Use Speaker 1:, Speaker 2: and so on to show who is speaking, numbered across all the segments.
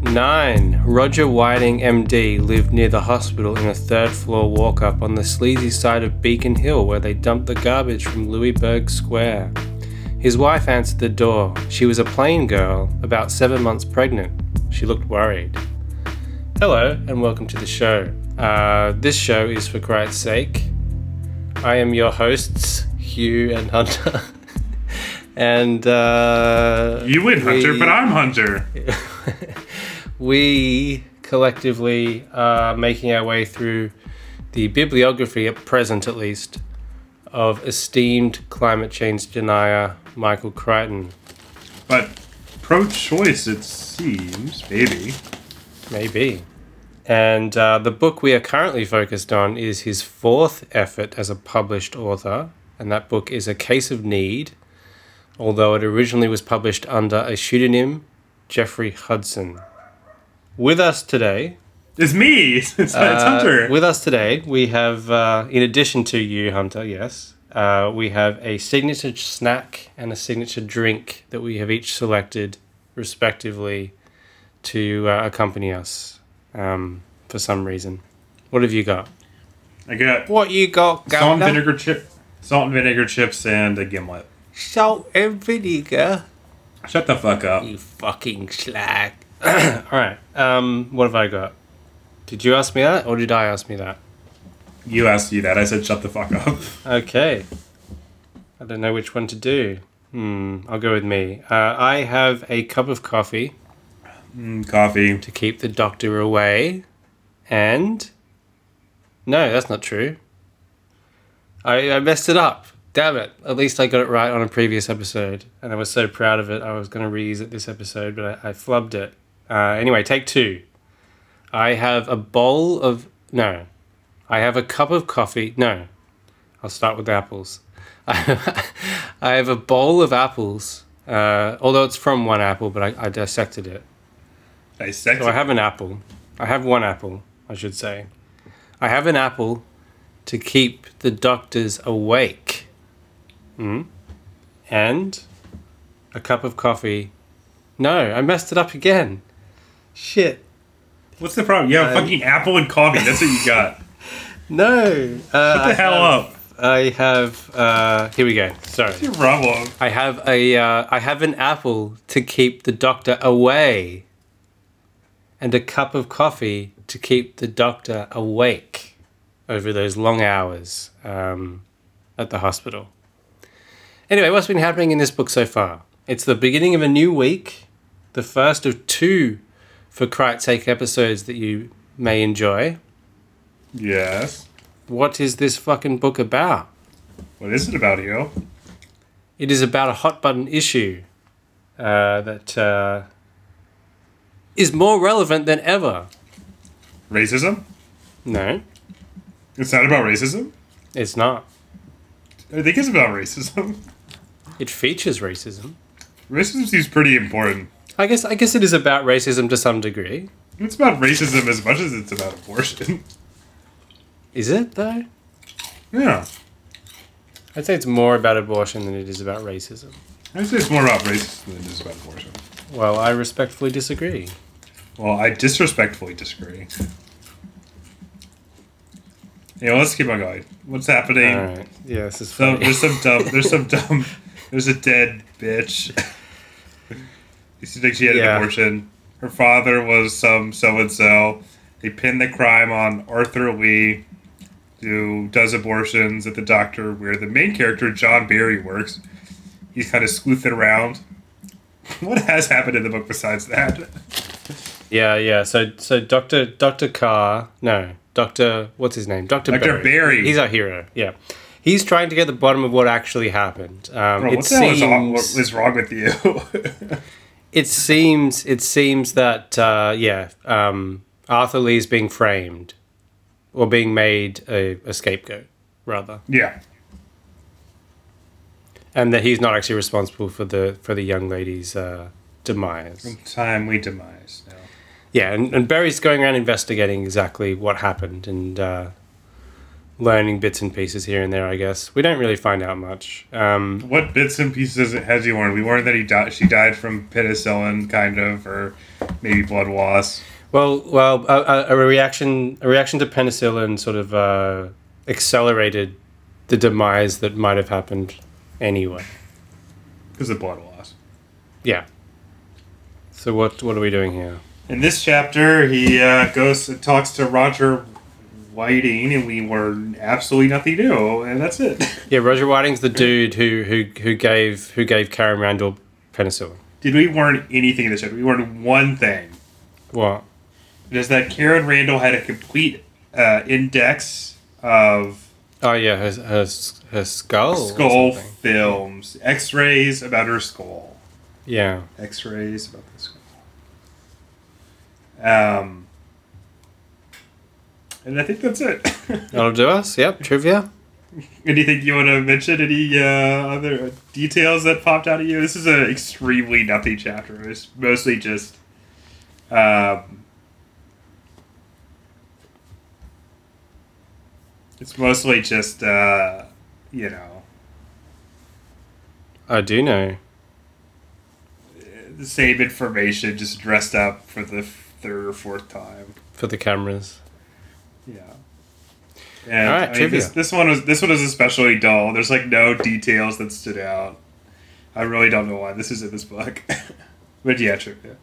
Speaker 1: Nine. Roger Whiting, MD, lived near the hospital in a third floor walk up on the sleazy side of Beacon Hill where they dumped the garbage from Louisburg Square. His wife answered the door. She was a plain girl, about seven months pregnant. She looked worried. Hello, and welcome to the show. Uh, this show is for Christ's sake. I am your hosts, Hugh and Hunter. and uh,
Speaker 2: You win, Hunter,
Speaker 1: we-
Speaker 2: but I'm Hunter.
Speaker 1: we collectively are making our way through the bibliography, at present at least, of esteemed climate change denier Michael Crichton.
Speaker 2: But pro choice, it seems, maybe.
Speaker 1: Maybe. And uh, the book we are currently focused on is his fourth effort as a published author, and that book is A Case of Need, although it originally was published under a pseudonym, Jeffrey Hudson. With us today
Speaker 2: It's me! It's, it's Hunter!
Speaker 1: With us today, Uh, we have, uh, in addition to you, Hunter, yes, uh, we have a signature snack and a signature drink that we have each selected, respectively, to uh, accompany us um, for some reason. What have you got?
Speaker 2: I got
Speaker 1: What you got,
Speaker 2: salt and vinegar chip, salt and vinegar chips, and a gimlet.
Speaker 1: Salt and vinegar.
Speaker 2: Shut the fuck up.
Speaker 1: You fucking slag. All right. Um, what have I got? Did you ask me that, or did I ask me that?
Speaker 2: You asked you that. I said shut the fuck up.
Speaker 1: Okay. I don't know which one to do. Hmm, I'll go with me. Uh, I have a cup of coffee
Speaker 2: Mm, Coffee.
Speaker 1: to keep the doctor away, and. No, that's not true. I, I messed it up. Damn it. At least I got it right on a previous episode, and I was so proud of it, I was going to reuse it this episode, but I, I flubbed it. Uh, anyway, take two. I have a bowl of. No. I have a cup of coffee. No. I'll start with the apples. I have a bowl of apples, uh, although it's from one apple, but I, I dissected it.
Speaker 2: Dissect.
Speaker 1: So I have an apple. I have one apple, I should say. I have an apple to keep the doctors awake. Mm. And a cup of coffee. No, I messed it up again. Shit.
Speaker 2: What's the problem? You have
Speaker 1: Uh,
Speaker 2: fucking apple and coffee. That's what you got.
Speaker 1: No. Uh,
Speaker 2: Shut the hell up.
Speaker 1: I have. Uh, here we go. Sorry.
Speaker 2: Your problem.
Speaker 1: I have a uh, I have an apple to keep the doctor away, and a cup of coffee to keep the doctor awake over those long hours um, at the hospital. Anyway, what's been happening in this book so far? It's the beginning of a new week, the first of two for Christ's sake episodes that you may enjoy.
Speaker 2: Yes.
Speaker 1: What is this fucking book about?
Speaker 2: What is it about you?
Speaker 1: It is about a hot button issue uh, that uh, is more relevant than ever.
Speaker 2: Racism?
Speaker 1: No,
Speaker 2: It's not about racism.
Speaker 1: it's not.
Speaker 2: I think it's about racism.
Speaker 1: It features racism.
Speaker 2: Racism seems pretty important.
Speaker 1: I guess I guess it is about racism to some degree.
Speaker 2: It's about racism as much as it's about abortion.
Speaker 1: Is it though?
Speaker 2: yeah.
Speaker 1: I'd say it's more about abortion than it is about racism.
Speaker 2: I'd say it's more about racism than it is about abortion.
Speaker 1: Well, I respectfully disagree.
Speaker 2: Well, I disrespectfully disagree. Yeah, let's keep on going. What's happening?
Speaker 1: All right. Yeah, this is
Speaker 2: So
Speaker 1: funny.
Speaker 2: there's some dumb. There's some dumb. There's a dead bitch. you see, like she had
Speaker 1: Yeah.
Speaker 2: an abortion. Her father was some so and so. They pinned the crime on Arthur Lee. who does abortions at the doctor where the main character, John Barry, works. He's kind of sleuthing around. What has happened in the book besides that?
Speaker 1: Yeah, yeah. So, so Doctor Doctor Carr, no, Doctor, what's his name? Doctor
Speaker 2: Dr. Barry.
Speaker 1: He's our hero. Yeah, he's trying to get the bottom of what actually happened. Um,
Speaker 2: Bro,
Speaker 1: it
Speaker 2: what the hell is, wrong- what
Speaker 1: seems-
Speaker 2: is wrong with you?
Speaker 1: it seems it seems that uh, yeah, um, Arthur Lee's being framed or being made a, a scapegoat rather,
Speaker 2: yeah.
Speaker 1: and that he's not actually responsible for the for the young lady's uh, demise.
Speaker 2: Time we demise now.
Speaker 1: Yeah, and, and Barry's going around investigating exactly what happened and uh, learning bits and pieces here and there. I guess we don't really find out much. Um,
Speaker 2: What bits and pieces has he learned? We learned that he died. She died from penicillin, kind of, or maybe blood loss.
Speaker 1: well, well, a, a, a reaction, a reaction to penicillin sort of uh, accelerated the demise that might have happened anyway.
Speaker 2: Because of blood loss.
Speaker 1: Yeah. So what what are we doing here?
Speaker 2: In this chapter, he uh, goes and talks to Roger Whiting, and we learn absolutely nothing new, and that's it.
Speaker 1: Yeah, Roger Whiting's the dude who who who gave who gave Karen Randall penicillin.
Speaker 2: Did we learn anything in this chapter? We learned one thing.
Speaker 1: What?
Speaker 2: It is that Karen Randall had a complete uh, index of
Speaker 1: Oh yeah, her her, her skull. or
Speaker 2: skull
Speaker 1: Oh, something.
Speaker 2: films, x rays about her skull.
Speaker 1: Yeah.
Speaker 2: X-rays about this. Um, and I think that's it.
Speaker 1: That'll do us. Yep. Trivia.
Speaker 2: Anything you want to mention? Any uh, other details that popped out at you? This is an extremely nothing chapter. It's mostly just. Um, it's mostly just, uh, you know,
Speaker 1: I do know.
Speaker 2: the same information just dressed up for the third or fourth time.
Speaker 1: For the cameras.
Speaker 2: Yeah. And
Speaker 1: All right,
Speaker 2: I mean, this,
Speaker 1: trivia.
Speaker 2: this one was this one is especially dull. There's like no details that stood out. I really don't know why this is in this book. but yeah, trivia.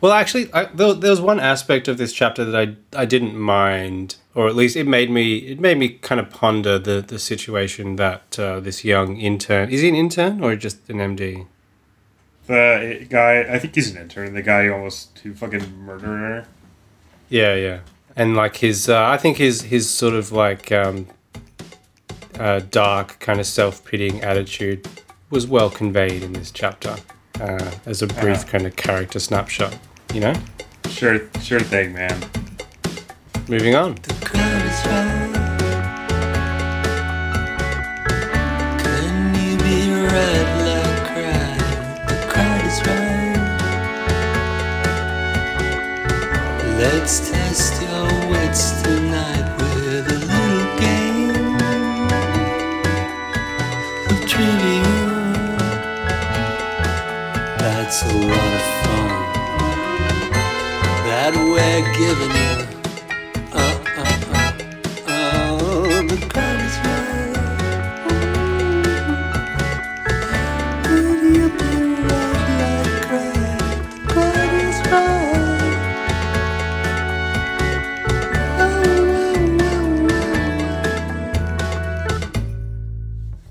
Speaker 1: Well, actually, I, there, there was one aspect of this chapter that I I didn't mind, or at least it made me it made me kind of ponder the the situation that uh, this young intern is he an intern or just an MD?
Speaker 2: The guy, I think he's an intern. The guy who almost who fucking murdered her.
Speaker 1: Yeah, yeah. And like his, uh, I think his his sort of like um, uh, dark kind of self pitying attitude was well conveyed in this chapter uh, as a brief kind of character snapshot. You know,
Speaker 2: Sure, sure thing, man.
Speaker 1: moving on.
Speaker 3: crowd is right. Couldn't you be red like cry? The crowd is right. Let's test your wits tonight with a little game of trivia. That's a lot of fun that we're giving you. Uh, uh, uh, uh, the crowd is right. Could you be right like crack? The crowd is right.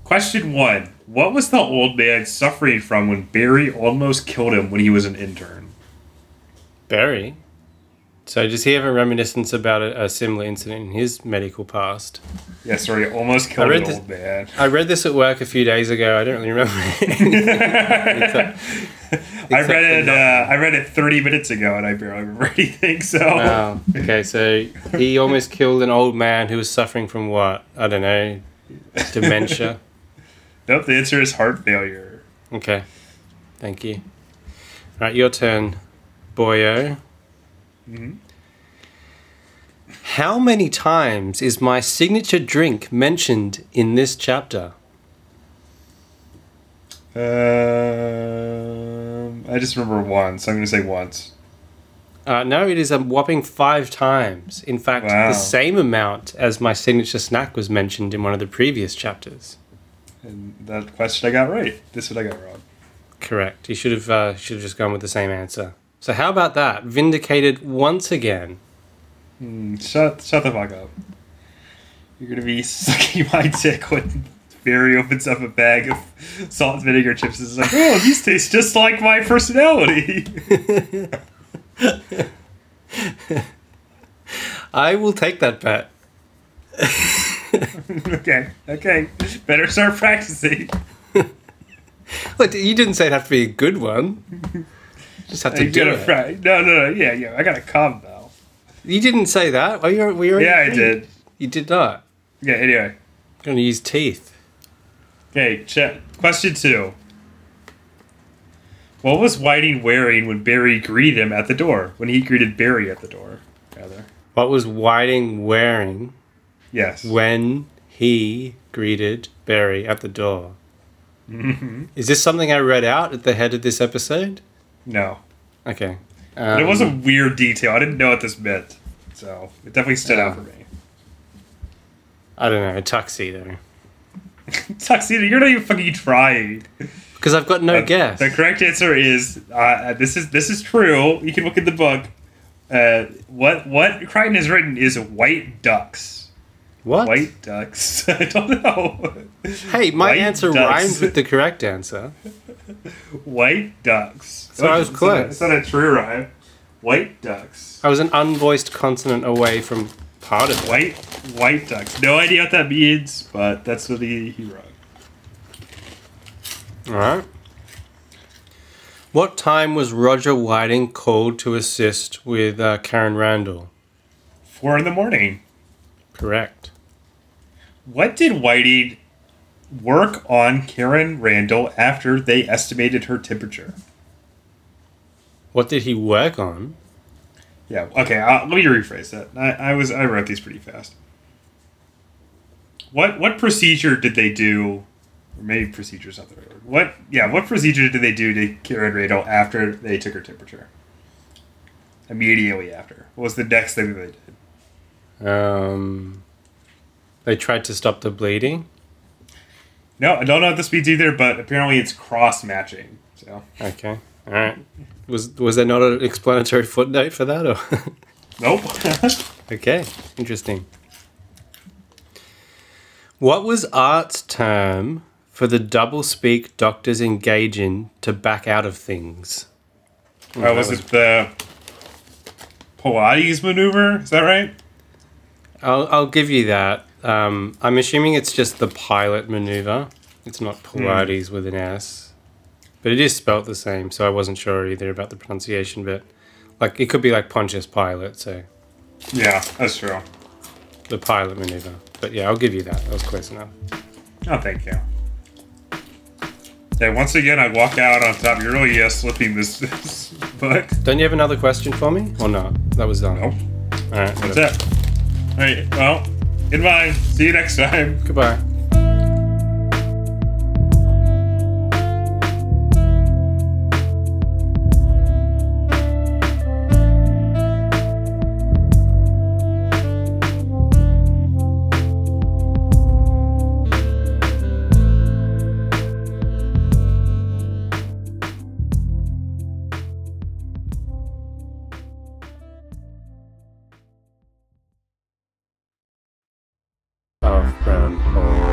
Speaker 2: Question one: What was the old man suffering from when Barry almost killed him when he was an intern?
Speaker 1: Barry. So does he have a reminiscence about a, a similar incident in his medical past?
Speaker 2: Yeah, sorry, almost killed
Speaker 1: read
Speaker 2: an
Speaker 1: this-
Speaker 2: old man.
Speaker 1: I read this at work a few days ago. I don't really remember.
Speaker 2: I
Speaker 1: Except
Speaker 2: read
Speaker 1: for
Speaker 2: it. Uh, I read it 30 minutes ago, and I barely remember anything. So
Speaker 1: wow. Um, Okay, so he almost killed an old man who was suffering from what? I don't know. Dementia.
Speaker 2: Nope, the answer is heart failure.
Speaker 1: Okay. Thank you. Right, your turn, boyo. How many times is my signature drink mentioned in this chapter?
Speaker 2: Um, I just remember once. I'm gonna say once.
Speaker 1: Uh, no, it is a whopping five times. In fact,
Speaker 2: Wow.
Speaker 1: the same amount as my signature snack was mentioned in one of the previous chapters.
Speaker 2: And that question I got right. This one I got wrong.
Speaker 1: Correct. You should have uh, should have just gone with the same answer. So how about that? Vindicated once again.
Speaker 2: Mm, Shut shut the fuck up. You're gonna be sucking my dick when Barry opens up a bag of salt and vinegar chips. and is like, oh, these taste just like my personality.
Speaker 1: I will take that bet.
Speaker 2: okay, okay, better start practicing.
Speaker 1: Look, you didn't say it had to be a good one. Just have to
Speaker 2: You
Speaker 1: do
Speaker 2: gotta
Speaker 1: it.
Speaker 2: fry. No, no, no. Yeah, yeah. I got a cum now.
Speaker 1: you didn't say that. Are you, were you already
Speaker 2: Yeah, I
Speaker 1: saying-
Speaker 2: did.
Speaker 1: You did not.
Speaker 2: Yeah. Anyway.
Speaker 1: I'm going to use teeth.
Speaker 2: Okay. Check. Question two. What was Whiting wearing when Barry greeted him at the door? When he greeted Barry at the door, rather.
Speaker 1: What was Whiting wearing
Speaker 2: Yes.
Speaker 1: when he greeted Barry at the door?
Speaker 2: Mm-hmm.
Speaker 1: Is this something I read out at the head of this episode?
Speaker 2: no.
Speaker 1: Okay.
Speaker 2: But it
Speaker 1: Um,
Speaker 2: was a weird detail. I didn't know what this meant, so it definitely stood
Speaker 1: Oh.
Speaker 2: out for me.
Speaker 1: I don't know, a tuxedo.
Speaker 2: Tuxedo, you're not even fucking trying.
Speaker 1: Because I've got no guess.
Speaker 2: The correct answer is uh, uh, this is this is true. You can look in the book. Uh, what what Crichton has written is white ducks.
Speaker 1: What?
Speaker 2: White ducks. I don't know.
Speaker 1: Hey, my
Speaker 2: White
Speaker 1: answer
Speaker 2: ducks.
Speaker 1: rhymes with the correct answer.
Speaker 2: White ducks.
Speaker 1: So I was
Speaker 2: It's not-
Speaker 1: close.
Speaker 2: It's not a true rhyme. White ducks.
Speaker 1: I was an unvoiced consonant away from part of it.
Speaker 2: White white ducks. No idea what that means, but that's what he, he wrote.
Speaker 1: All right. What time was Roger Whiting called to assist with uh, Karen Randall?
Speaker 2: Four in the morning.
Speaker 1: Correct.
Speaker 2: What did Whitey work on Karen Randall after they estimated her temperature?
Speaker 1: What did he work on?
Speaker 2: Yeah. Okay. Uh, let me rephrase that. I, I was I wrote these pretty fast. What what procedure did they do? Or maybe procedure's not the right word. What yeah? What procedure did they do to Karen Randall after they took her temperature? Immediately after. What was the next thing that they did?
Speaker 1: Um, they tried to stop the bleeding.
Speaker 2: No, I don't know what this means either. But apparently, it's cross matching. So
Speaker 1: Okay. All right. Was was there not an explanatory footnote for that? Or
Speaker 2: nope.
Speaker 1: okay, interesting. What was Art's term for the double speak doctors engage in to back out of things?
Speaker 2: uh, was it the Pilates maneuver? Is that right?
Speaker 1: I'll, I'll give you that. Um, I'm assuming it's just the pilot maneuver. It's not
Speaker 2: Hmm.
Speaker 1: Pilates with an S, but it is spelt the same. So I wasn't sure either about the pronunciation, but like it could be like Pontius Pilate. So
Speaker 2: Yeah, that's true.
Speaker 1: the pilot maneuver. But yeah, I'll give you that. That was close enough.
Speaker 2: Oh, thank you. Okay, once again, I walk out on top. You're really uh, slipping this, this book.
Speaker 1: Don't you have another question for me or not? That was done.
Speaker 2: Nope.
Speaker 1: All right.
Speaker 2: Oh,
Speaker 1: whatever.
Speaker 2: That's it. All right. Well, goodbye. See you next time.
Speaker 1: Goodbye.
Speaker 2: Oh, um,
Speaker 1: Of brown hole.